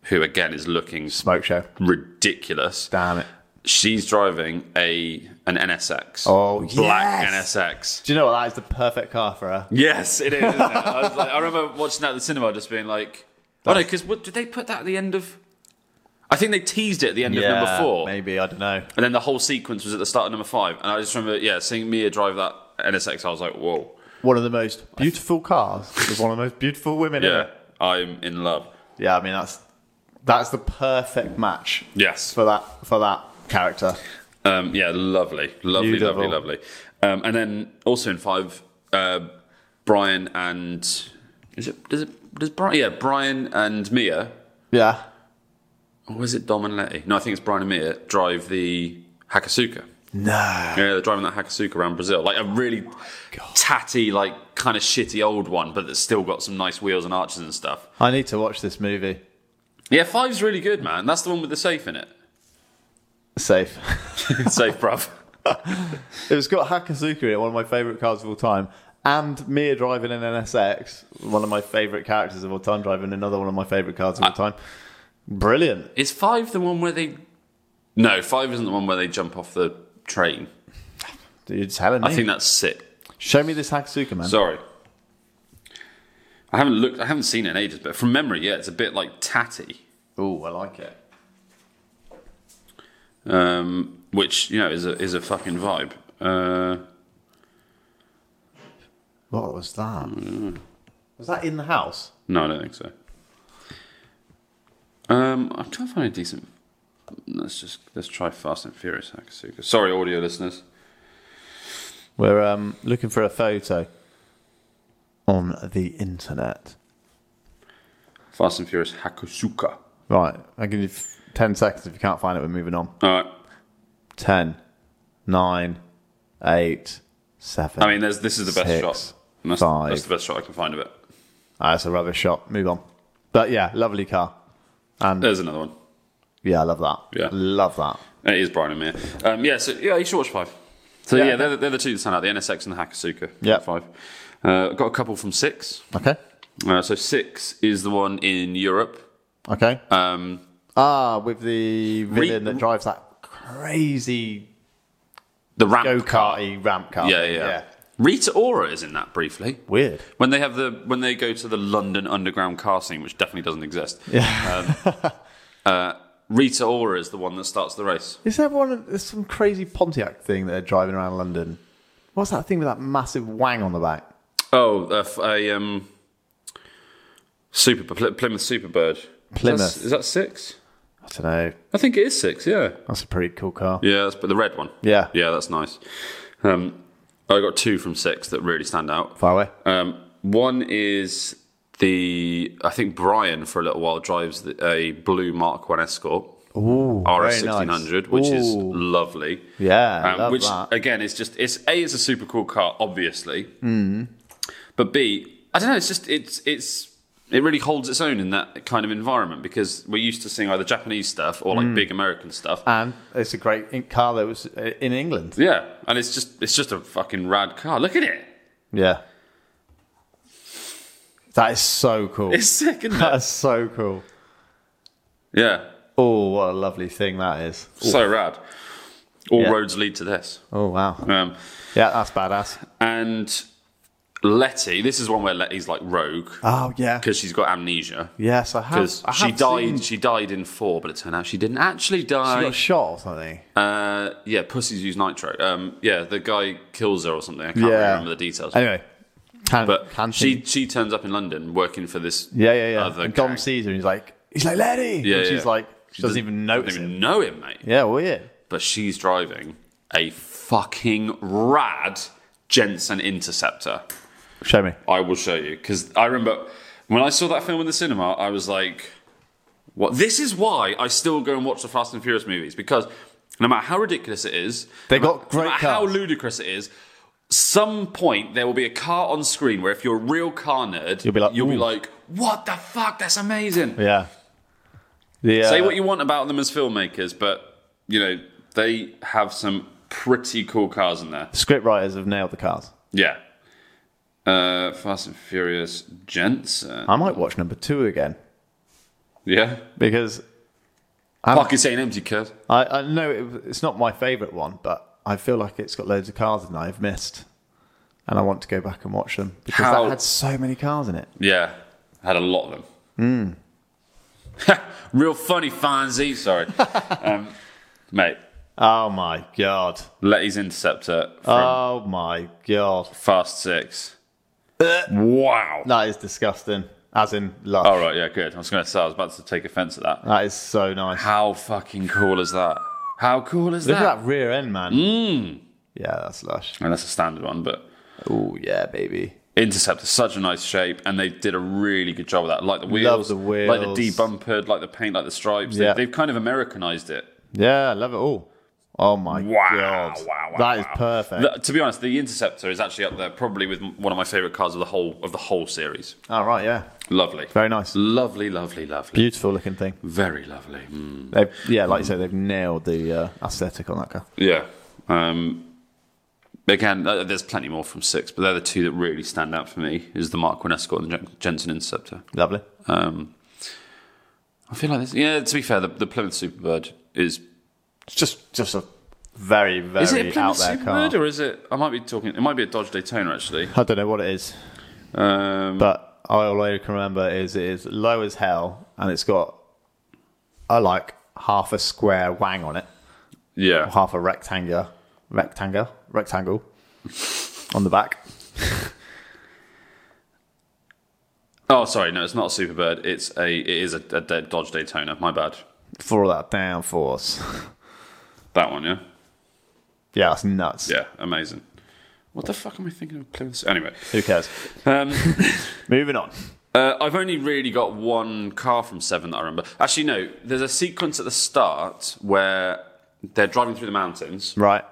who again is looking Smoke show. ridiculous, Damn it. she's driving a an NSX. Oh, black yes! NSX. Do you know what? That is the perfect car for her. Yes, it is. Isn't it? I, was like, I remember watching that at the cinema, just being like, "Oh no!" Because did they put that at the end of? I think they teased it at the end of number four, Maybe I don't know. and then the whole sequence was at the start of number five. And I just remember, yeah, seeing Mia drive that NSX. I was like, "Whoa!" One of the most beautiful cars with one of the most beautiful women in Yeah, it. I'm in love. Yeah, I mean that's that's the perfect match Yes. for that for that character. Um, yeah, lovely, lovely, Beautiful. lovely, lovely. Um, and then also in five, uh, Brian and is it does it does Brian? Yeah, Brian and Mia. Yeah. Or is it Dom and Letty? No, I think it's Brian and Mia drive the Hakasuka. No. Yeah, they're driving that Hakasuka around Brazil, like a really tatty, like kind of shitty old one, but that's still got some nice wheels and arches and stuff. I need to watch this movie. Yeah, five's really good, man. That's the one with the safe in it. Safe. safe, bruv. it was got Hakazuka in it, one of my favourite cars of all time. And Mia driving an NSX, one of my favourite characters of all time, driving another one of my favourite cars of all time. Brilliant. Is five the one where they? No, five isn't the one where they jump off the train. You're telling me. I think that's six. Show me this Hakazuka, man. Sorry. I haven't looked. I haven't seen it in ages, but from memory, yeah, it's a bit like tatty. Ooh, I like it. um, which you know is a is a fucking vibe. Uh, What was that? Mm. Was that in the house? no, I don't think so. Um, I'm trying to find a decent. Let's just let's try Fast and Furious Hakasuka. Sorry, audio listeners. We're um, looking for a photo on the internet. Fast and Furious Hakusuka. Right, I give you f- 10 seconds. If you can't find it, we're moving on. All right. 10, 9, 8, 7. I mean, there's this is the best Six, shot. And That's, five. that's the best shot I can find of it. Ah, that's a rubbish shot. Move on. But yeah, lovely car. There's another one. Yeah, I love that. Yeah. Love that. It is Brian and Mir. Um, yeah, so yeah, you should watch five. So Yeah. yeah, they're, the- they're the two that stand out: the NSX and the Hakasuka. Yeah. five. Uh, got a couple from six. Okay. Uh, so six is the one in Europe. Okay. Um, ah, with the villain that re- drives that crazy the ramp go car. karty ramp car. Yeah, yeah, thing. yeah. Rita Ora is in that briefly. Weird. When they have the when they go to the London underground car scene, which definitely doesn't exist. Yeah. Rita Ora is the one that starts the race. Is there one? There's some crazy Pontiac thing that they're driving around London. What's that thing with that massive wang on the back? Oh, a, f- a, um, super Pl- Plymouth Superbird. Plymouth. Is that, is that six? I don't know. I think it is six. Yeah. That's a pretty cool car. Yeah, that's, but the red one. Yeah. Yeah, that's nice. Um, I got two from six that really stand out. Far away. Um, one is the I think Brian for a little while drives the, a blue Mark One Escort. Ooh, RS very nice. sixteen hundred, which is Ooh. lovely. Yeah, I um, love which that. again, it's just it's a it's a super cool car, obviously, Mm. but b I don't know. It's just it's it's it really holds its own in that kind of environment because we're used to seeing either Japanese stuff or Mm. like big American stuff. and it's a great in- car that was uh, in England. yeah, and it's just it's just a fucking rad car. Look at it. Yeah, that is so cool. It's sick, isn't it? That's so cool. yeah, Oh, what a lovely thing that is. so rad. All Yeah. roads lead to this. Oh wow. Um, Yeah, that's badass. and Letty, this is one where Letty's like rogue Oh yeah. because she's got amnesia. Yes, I have. because I she have died. seen- She died in four, but it turned out she didn't actually She die. got shot or something. uh, yeah, pussies use nitro. Um, yeah, the guy kills her or something. I can't really Yeah. remember the details. Anyway, can, but can she she turns up in London working for this. Yeah, yeah, yeah. Other and Dom gang. sees her and he's like, he's like Letty. Yeah, and she's yeah. like, she doesn't, even notice Doesn't him. even know him, mate. Yeah, well, yeah. But she's driving a fucking rad Jensen Interceptor. Show me. I will show you because I remember when I saw that film in the cinema, I was like, "What? This is why I still go and watch the Fast and Furious movies because no matter how ridiculous it is, They no got ma- great no matter how cars. ludicrous it is." Some point there will be a car on screen where if you're a real car nerd, You'll be like, you'll be "Ooh." like, "What the fuck? That's amazing." Yeah. The, uh, Say what you want about them as filmmakers, but you know they have some pretty cool cars in there. script writers have nailed the cars. Yeah. Uh, Fast and Furious uh, Jensen. I might watch number two again Yeah. Um, because Fuck, it's saying empty, cuz. I, I know it, it's not my favourite one, but I feel like it's got loads of cars in that I've missed. And I want to go back and watch them because How- that had so many cars in it. Yeah, had a lot of them. Hmm. Real funny, Fonzie. Sorry. um, mate, Oh my god. Letty's Interceptor from Oh my god. Fast Six. uh, wow. That is disgusting. As in love. All right, yeah, good. I was going to say, I was about to take offense at that. That is so nice. How fucking cool is that? How cool is Look that? Mm. at that rear end, man. Yeah, that's lush. And that's a standard one, but Oh yeah, baby. Interceptor, such a nice shape, and they did a really good job of that. Like the wheels, Love the like the wheels. debumpered, like the paint, like the stripes. Yeah. They, have kind of Americanized it. Yeah, I love it all. Oh my Wow, god, wow, wow, That is wow. perfect. The- to be honest, the Interceptor is actually up there, probably with m- one of my favorite cars of the whole of the whole series. All Oh, right, yeah, Lovely, very nice, lovely, lovely, lovely, beautiful looking thing. very lovely. Mm. They've, yeah, like you said, they've nailed the uh, aesthetic on that car. Yeah. Um, again, uh, there's plenty more from six, but they're the two that really stand out for me: is the Mark One Escort and the Jen- Jensen Interceptor. Lovely. Um, I feel like this. Yeah, to be fair, the, the Plymouth Superbird is. It's just just a very very Is it a out Plymouth there Superbird car. or is it? I might be talking. It might be a Dodge Daytona actually. I don't know what it is, Um, but all I can remember is it is low as hell, and it's got a like half a square wang on it, yeah. half a rectangular, rectangle, rectangle on the back. Oh, sorry, no, it's not a Superbird. It's a it is a, a dead Dodge Daytona. My bad. for all that downforce. That one, yeah, yeah, that's nuts. yeah, amazing. What the fuck am I thinking of Plymouth? Anyway, Who cares? um, Moving on. uh, I've only really got one car from Seven that I remember. Actually, no, there's a sequence at the start where they're driving through the mountains. Right.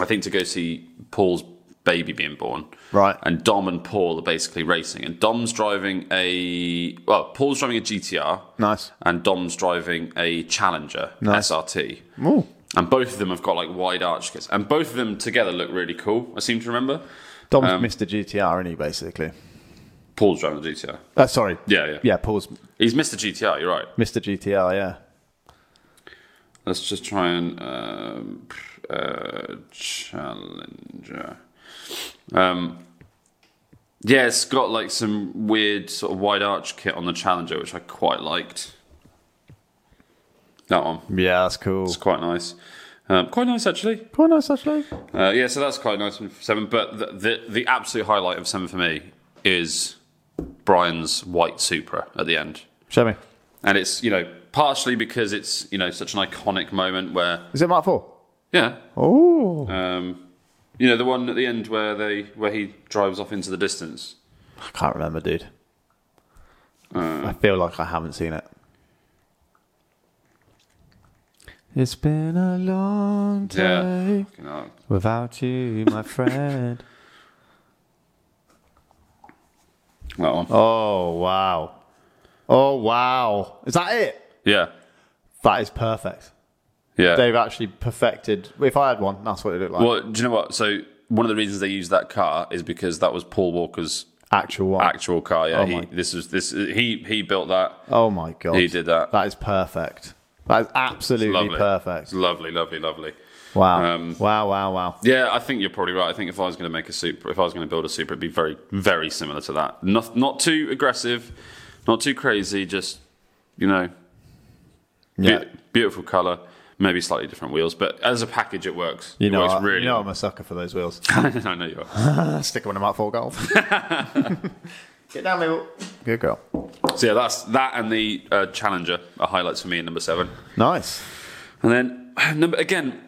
I think to go see Paul's baby being born. Right. And Dom and Paul are basically racing, and Dom's driving a well, Paul's driving a GTR. Nice. And Dom's driving a Challenger Nice. SRT. Ooh. And both of them have got like wide arch kits. And both of them together look really cool, I seem to remember. Dom's Mr. GTR, isn't he, basically? Paul's driving the GTR. Uh, sorry. Yeah, yeah. Yeah, Paul's He's Mr. GTR, you're right. Mr. GTR, yeah. Let's just try and. Um, uh, Challenger. Um, yeah, it's got like some weird sort of wide arch kit on the Challenger, which I quite liked. That one. Yeah, that's cool. It's quite nice. Um, quite nice, actually. Quite nice, actually. Uh, yeah, so that's quite nice for seven. But the, the the absolute highlight of seven for me is Brian's white Supra at the end, Show me. and it's you know partially because it's you know such an iconic moment where Is it Mark IV? yeah, Oh. um, you know the one at the end where they where he drives off into the distance. I can't remember, dude. I feel like I haven't seen it. It's been a long time Yeah. Fucking hell. without you, my friend. That one. Oh wow! Oh wow! Is that it? Yeah. That is perfect. Yeah. They've actually perfected. If I had one, that's what it looked like. Well, do you know what? So one of the reasons they used that car is because that was Paul Walker's Actual one. actual car. Yeah, Oh he, my- this was this he he built that. oh my god! He did that. That is perfect. That is absolutely Lovely, perfect. Lovely, lovely, lovely. Wow! Um, wow! Wow! Wow! Yeah, I think you're probably right. I think if I was going to make a super, if I was going to build a super, it'd be very, very similar to that. Not not too aggressive, not too crazy. Just you know, be- Yeah. beautiful color, maybe slightly different wheels, but as a package, it works. you know, it works I, really. you know, I'm well. a sucker for those wheels. I know you are. Stick one of them up for golf. Get down, Mabel. Good girl. So yeah, that's that and the uh, Challenger are highlights for me in number seven. Nice. And then number again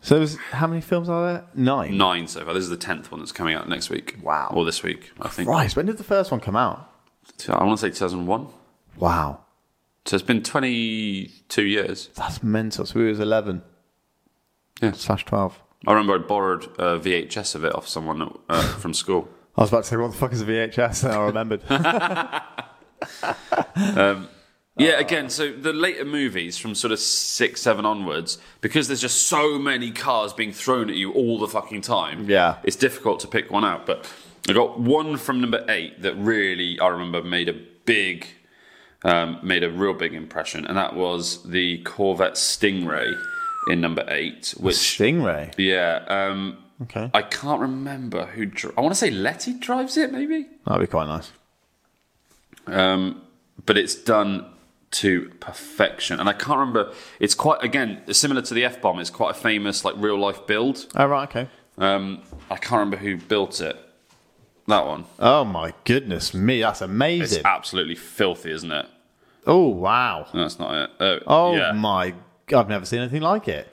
So, there's- how many films are there? Nine. nine so far. This is the tenth one that's coming out next week. Wow. Or this week, I think. Right. When did the first one come out? So I want to say 2001. Wow. So it's been 22 years. That's mental. So we was eleven. Yeah. Slash twelve. I remember I borrowed a VHS of it off someone uh, from school. I was about to say, what the fuck is a VHS? And I remembered. Yeah, again, so the later movies from sort of six, seven onwards, because there's just so many cars being thrown at you all the fucking time. Yeah. It's difficult to pick one out, but I got one from number eight that really I remember made a big, um, made a real big impression, and that was the Corvette Stingray in number eight, which Stingray. yeah, um, Okay. I can't remember who. Dri- I want to say Letty drives it, maybe. That'd be quite nice. um, but it's done to perfection. And I can't remember. It's quite again similar to the F bomb. It's quite a famous like real life build. Oh, right. Okay. Um, I can't remember who built it. That one. Oh, my goodness me. That's It's amazing. absolutely filthy, isn't it? oh, wow. No, that's not it. Oh, Oh, yeah. my. I've never seen anything like it.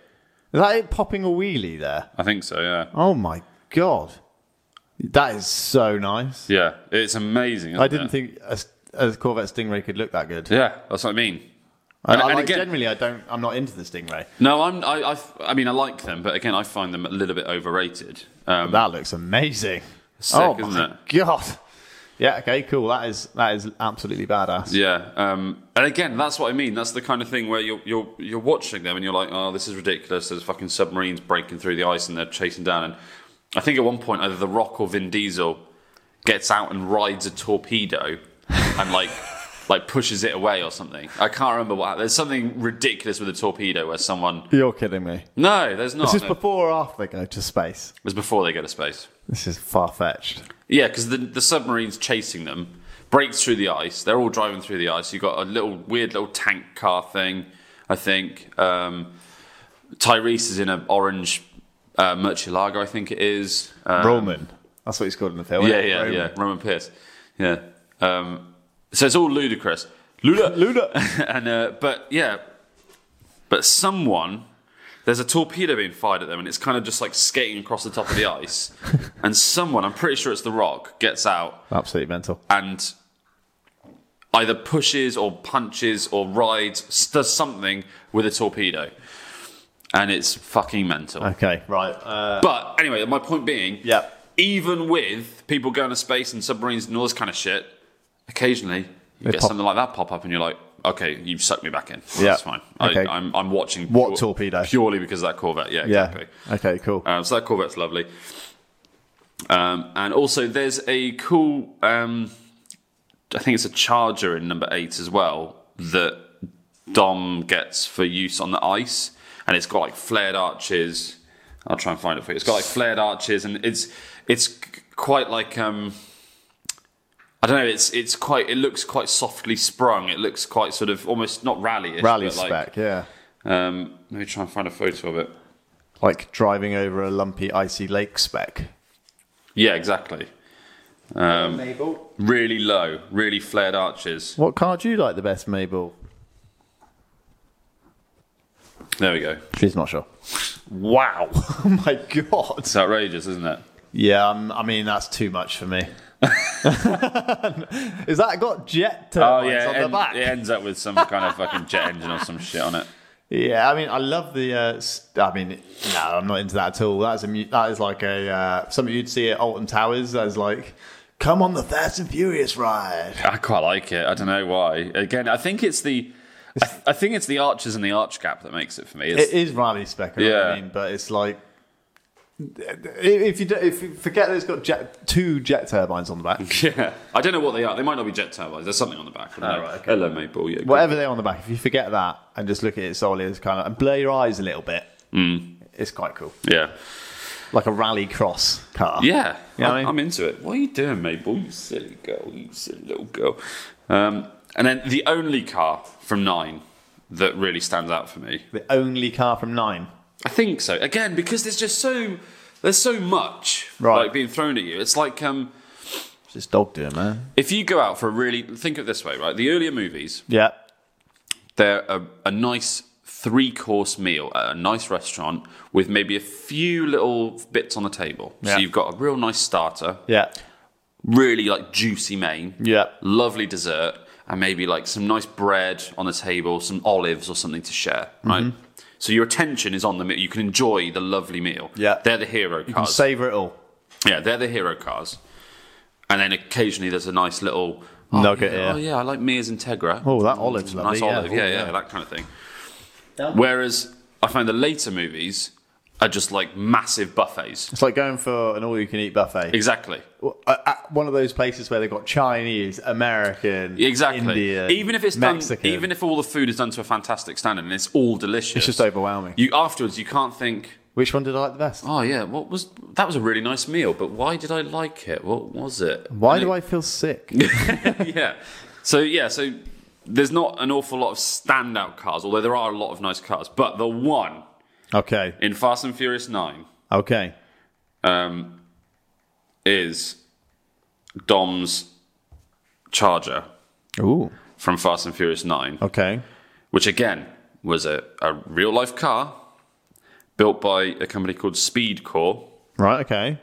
Is that it popping a wheelie there? I think so. Yeah, Oh, my God. That is so nice. yeah. It's amazing. Isn't I didn't it? think a, a Corvette Stingray could look that good. Yeah, that's what I mean. And, and like, again- generally, I don't. I'm not into the Stingray. No, I'm. I, I f- I mean, I like them, but again, I find them a little bit overrated. Um, That looks amazing. Sick, oh isn't my god! Yeah. Okay. Cool. That is that is absolutely badass. Yeah, um, and again, that's what I mean. That's the kind of thing where you're you're you're watching them and you're like, oh, this is ridiculous. There's fucking submarines breaking through the ice and they're chasing down. And I think at one point, either The Rock or Vin Diesel gets out and rides a torpedo and like like pushes it away or something. I can't remember what. There's something ridiculous with a torpedo where someone. You're kidding me. No, there's not. This is No. before or after they go to space. It was before they go to space. This is far fetched. Yeah, because the, the submarine's chasing them, breaks through the ice. They're all driving through the ice. You've got a little weird little tank car thing, I think. Um, Tyrese is in an orange uh, Murcielago, I think it is. Um, Roman. That's what he's called in the film. yeah, isn't it? yeah, Roman. yeah. Roman Pierce. Yeah. Um, so it's all ludicrous. Luda! Luna. and uh, but yeah, but someone there's a torpedo being fired at them, and it's kind of just like skating across the top of the ice. and someone, I'm pretty sure it's The Rock, gets out Absolutely mental. and either pushes or punches or rides s- does something with a torpedo, and it's fucking mental. Okay. Right. Uh, But anyway, my point being, Yeah. even with people going to space and submarines and all this kind of shit, occasionally you get pop- something like that pop up, and you're like, okay, you've sucked me back in. Yeah. That's fine. Okay. I, I'm, I'm watching What torpedo? purely because of that Corvette. Yeah, yeah. exactly. Okay. Cool. Um, so that Corvette's lovely. Um, and also, there's a cool, um, I think it's a Charger in number eight as well that Dom gets for use on the ice, and it's got like flared arches. I'll try and find it for you. It's got like flared arches, and it's it's c- quite like um, I don't know. It's it's quite. It looks quite softly sprung. It looks quite sort of almost not rally. Rally but spec. Like, yeah. um, let me try and find a photo of it. Like driving over a lumpy, icy lake spec. Yeah, exactly. Um, Mabel. Really low, really flared arches. What car do you like the best, Mabel? There we go. She's not sure. Wow. oh my god. It's outrageous, isn't it? Yeah, um, I mean that's too much for me. Is that got jet turbines on the en- back? Oh, it ends up with some kind of fucking jet engine or some shit on it. Yeah, I mean, I love the. Uh, st- I mean, no, I'm not into that at all. That's a mu- that is like a uh, something you'd see at Alton Towers as like, come on the Fast and Furious ride. I quite like it. I don't know why. Again, I think it's the, I, th- I think it's the arches and the arch gap that makes it for me. It's, It is rally spec, I know what I Yeah. mean, but it's like if you do, if you forget that it's got jet, two jet turbines on the back, yeah, I don't know what they are. They might not be jet turbines. There's something on the back. I don't know. right, Oh, okay. Hello, mate. Ball. Yeah, whatever they're on the back. If you forget that and just look at it solely as kind of and blur your eyes a little bit, it's quite cool, cool. Yeah. like a rally cross car. Yeah, You know what I I'm, mean? I'm into it. What are you doing, Mabel? You silly girl, you silly little girl. Um, and then the only car from nine that really stands out for me. the only car from nine. I think so. Again, because there's just so there's so much Right. like being thrown at you. It's like um, What's this dog doing, man? if you go out for a really think of it this way, right? The earlier movies, Yeah, they're a, a nice three course meal at a nice restaurant with maybe a few little bits on the table. Yeah. So you've got a real nice starter, yeah, really like juicy main. yeah. lovely dessert and maybe like some nice bread on the table, some olives or something to share, right? Mm-hmm. So your attention is on the meal. You can enjoy the lovely meal. Yeah. They're the hero And cars. savor it all. yeah, they're the hero cars. And then occasionally there's a nice little oh, Nugget, Yeah, yeah. Oh yeah, I like Mia's Integra. Oh, that olive's nice lovely. olive. Yeah, oh, yeah, that kind of thing. Whereas I find the later movies are just like massive buffets. It's like going for an all-you-can-eat buffet. Exactly. Well, uh, At one of those places where they've got Chinese, American, Exactly. Indian, even if it's Mexican. done, even if all the food is done to a fantastic standard and it's all delicious, It's just overwhelming. You afterwards, you can't think. Which one did I like the best? Oh yeah, what was that? Was a really nice meal, but why did I like it? What was it? Why do I feel sick? yeah. So yeah, so there's not an awful lot of standout cars, although there are a lot of nice cars. But the one okay, in Fast and Furious Nine okay. um, is Dom's Charger Ooh, from Fast and Furious Nine. okay. which again was a, a real life car built by a company called Speedcore. Right, okay.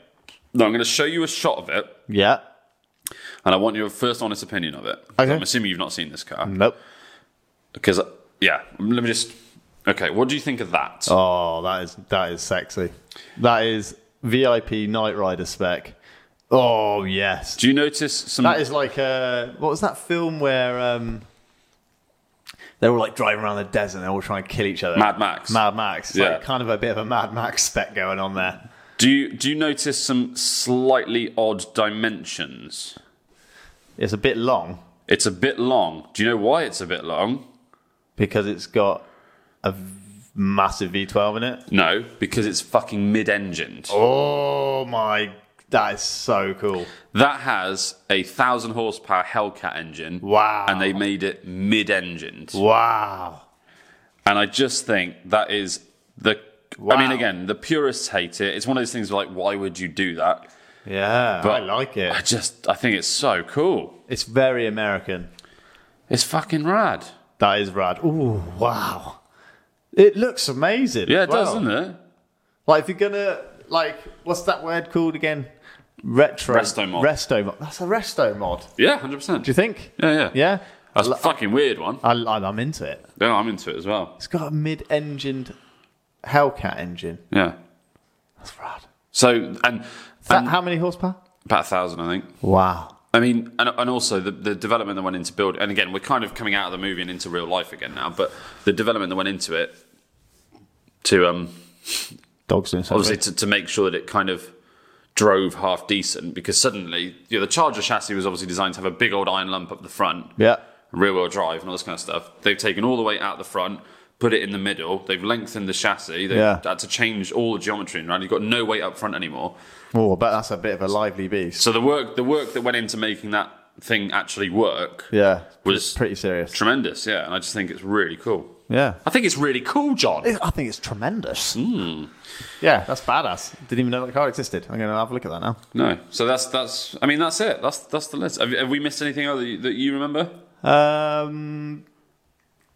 Now I'm going to show you a shot of it, Yeah. and I want your first honest opinion of it. Okay. I'm assuming you've not seen this car Nope. because yeah, let me just. Okay, what do you think of that? Oh, that is that is sexy. That is VIP Night Rider spec. Oh yes. Do you notice some? That is like uh, what was that film where um, they're all like driving around the desert and they're all trying to kill each other? Mad Max. Mad Max. It's Yeah. like kind of a bit of a Mad Max spec going on there. do you do you notice some slightly odd dimensions? It's a bit long It's a bit long. Do you know why it's a bit long? because it's got a v- massive V12 in it. No, because it's fucking mid-engined. Oh my, that is so cool. That has a thousand horsepower Hellcat engine. Wow. And they made it mid engined. Wow. And I just think that is the. I mean, Wow. again, the purists hate it. It's one of those things where, like, why would you do that? Yeah, I But- like it. I just, I think it's so cool. It's very American. It's fucking rad. That is rad. Ooh, wow. It looks amazing. Yeah, as it well. does, doesn't it? Like if you're gonna like what's that word called again? Retro Resto mod. Resto mod. That's a resto mod. Do Yeah, 100%. you think? yeah, yeah. Yeah. That's a fucking weird one. I, I, I'm into it. Yeah, I'm into it as well. It's got a mid-engined Hellcat engine. Yeah. That's rad. So, and, That, and how many horsepower? about a thousand, I think. Wow. I mean, and, and also the, the development that went into build, and again, we're kind of coming out of the movie and into real life again now. But the development that went into it to um, Dogs doing something. obviously to, to make sure that it kind of drove half decent, because suddenly you know, the Charger chassis was obviously designed to have a big old iron lump up the front, Yeah. rear wheel drive, and all this kind of stuff. They've taken all the way out the front, put it in the middle. They've lengthened the chassis. They've Yeah. had to change all the geometry around. You've got no weight up front anymore. Oh, but that's a bit of a lively beast. So the work the work that went into making that thing actually work Yeah. was Pretty serious. tremendous. Yeah, and I just think it's really cool. Yeah. I think it's really cool, John. I think it's tremendous. Hmm. Yeah, that's badass. Didn't even know that car existed. I'm going to have a look at that now. No, so that's that's. I mean, that's it. That's that's the list. Have, have we missed anything else that you, that you remember? Um,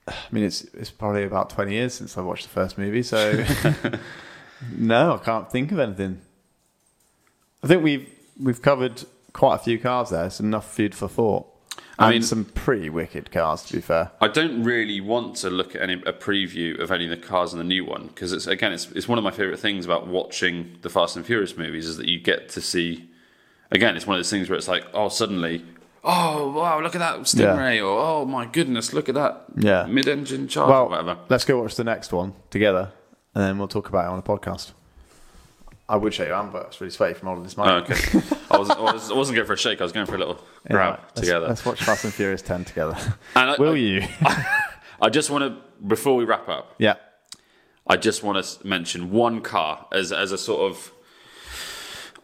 I mean, it's it's probably about 20 years since I watched the first movie, so no, I can't think of anything. I think we've we've covered quite a few cars there. It's enough food for thought. I and mean- some pretty wicked cars, to be fair. I don't really want to look at any a preview of any of the cars in the new one because it's again it's it's one of my favorite things about watching the Fast and Furious movies is that you get to see again it's one of those things where it's like oh suddenly oh wow look at that Stingray or oh my goodness look at that Yeah. mid-engine charge Well, or whatever let's go watch the next one together, and then we'll talk about it on the podcast. I would shake your hand, but it's really sweaty from holding this mic. Oh, okay I, was, I, was, I wasn't going for a shake I was going for a little Yeah, grab right, let's- together Uh, Let's watch Fast and Furious 10 together. and I, Will I- you? I just want to before we wrap up yeah. I just want to mention one car as as a sort of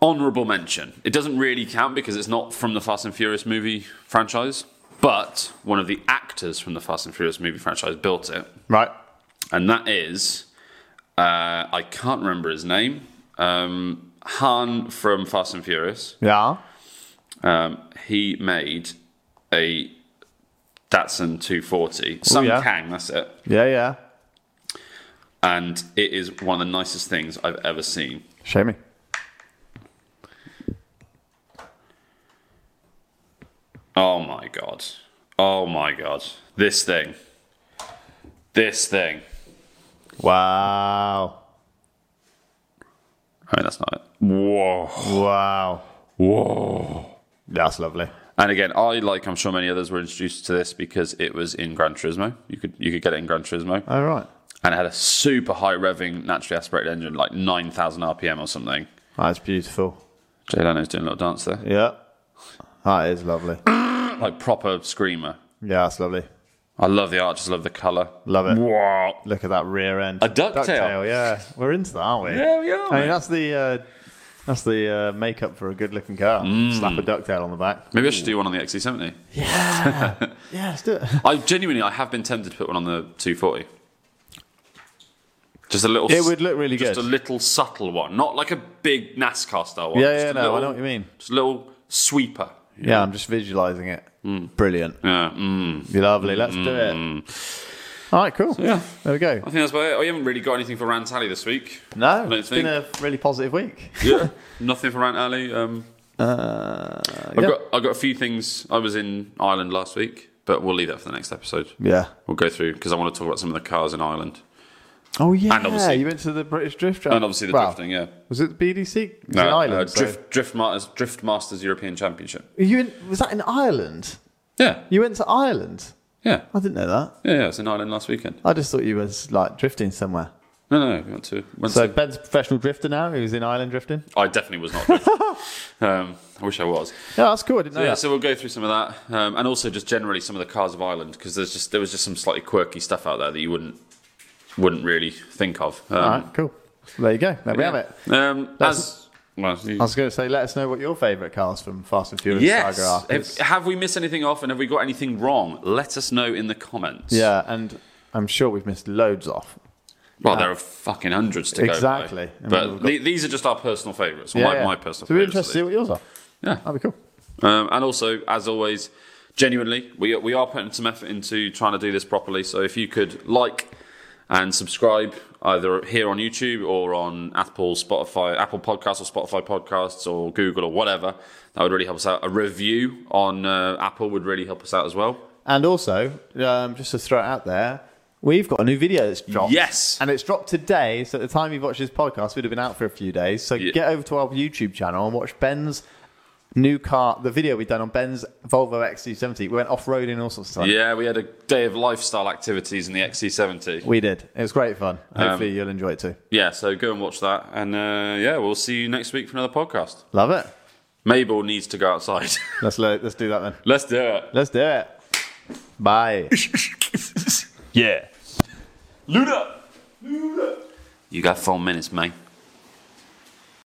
honourable mention. It doesn't really count because it's not from the Fast and Furious movie franchise, but one of the actors from the Fast and Furious movie franchise built it, Right. and that is uh, I can't remember his name. Um, Han from Fast and Furious. Yeah. Um, he made a Datsun 240. Sun yeah. Kang, that's it. Yeah, yeah. And it is one of the nicest things I've ever seen. Show me. Oh my god. Oh my god. This thing. This thing. Wow. I mean, that's not it. Whoa. Wow. Whoa. That's lovely. And again, I like I'm sure many others were introduced to this because it was in Gran Turismo. You could you could get it in Gran Turismo. All Oh, right. And it had a super high revving naturally aspirated engine, like nine thousand RPM or something. That's beautiful. Jay Leno's doing a little dance there. Yeah. That is lovely. Like proper screamer. Yeah, that's lovely. I love the arches, love the colour. Love it. Wow. Look at that rear end. A ducktail. yeah. We're into that, aren't we? Yeah, we are, I mate. mean, that's the uh, that's the uh, makeup for a good-looking car. Mm. Slap a ducktail on the back. Maybe I should do one on the XC70. Yeah, let's do it. I genuinely, I have been tempted to put one on the 240. Just a little. It would look really just good. a little subtle one, not like a big NASCAR style one. Yeah, Just yeah, a no, I little, know what you mean. Just a little sweeper. yeah. I'm just visualising it. Brilliant. Yeah. Mm. You're lovely. Let's do it. All right, cool. Yeah. There we go. I think that's about it. I haven't really got anything for Rant Alley this week. No, don't it's been a really positive week. Yeah. Nothing for Rant Alley. Um, Uh, I've yeah. got I've got a few things. I was in Ireland last week, but we'll leave that for the next episode. yeah. We'll go through because I want to talk about some of the cars in Ireland Oh yeah. And obviously- you went to the British Drift Track. and obviously the Well, drifting. Yeah. Was it the BDC? It was No, in uh, Ireland. so- drift, drift, Masters, drift Masters European Championship. Were You in, was that in Ireland? Yeah. You went to Ireland? Yeah. I didn't know that. Yeah, yeah, it's in Ireland last weekend. I just thought you was like drifting somewhere. No, no, we went to. Went So to Ben's a professional drifter now. He was in Ireland drifting. I definitely was not. good. um, I wish I was. Oh, Yeah, that's cool. I didn't know Yeah, that. so we'll go through some of that, um, and also just generally some of the cars of Ireland because there's just there was just some slightly quirky stuff out there that you wouldn't wouldn't really think of. Um, All right, cool. There you go. There we have it. Um, as That's- well, you- I was going to say, let us know what your favourite cars from Fast and Furious yes, saga are. 'cause- Have- have we missed anything off, and have we got anything wrong? Let us know in the comments. yeah, and I'm sure we've missed loads off. Well, there are fucking hundreds to go. Uh, Exactly. by. I mean, But we've got- the- these are just our personal favourites. Yeah, my, yeah. my personal. So we're favourites, interested to really. see what yours are. Yeah. That'd be cool. Um, and also, as always, genuinely, we, we are putting some effort into trying to do this properly. So if you could like and subscribe either here on YouTube or on Apple, Spotify, Apple Podcasts or Spotify Podcasts or Google or whatever, that would really help us out. A review on uh, Apple would really help us out as well. And also, um, just to throw it out there, we've got a new video that's dropped. Yes. And it's dropped today, so at the time you've watched this podcast, we'd have been out for a few days. So Yeah. get over to our YouTube channel and watch Ben's new car, the video we've done on Ben's Volvo XC70. We went off roading all sorts of stuff. Yeah, we had a day of lifestyle activities in the XC70. We did. It was great fun. Um, Hopefully you'll enjoy it too. Yeah, so go and watch that. And uh, yeah, we'll see you next week for another podcast. Love it. Mabel needs to go outside. Let's lo- let's do that then. Let's do it. Let's do it. Bye. yeah. Luna! Luna! You got four minutes, mate.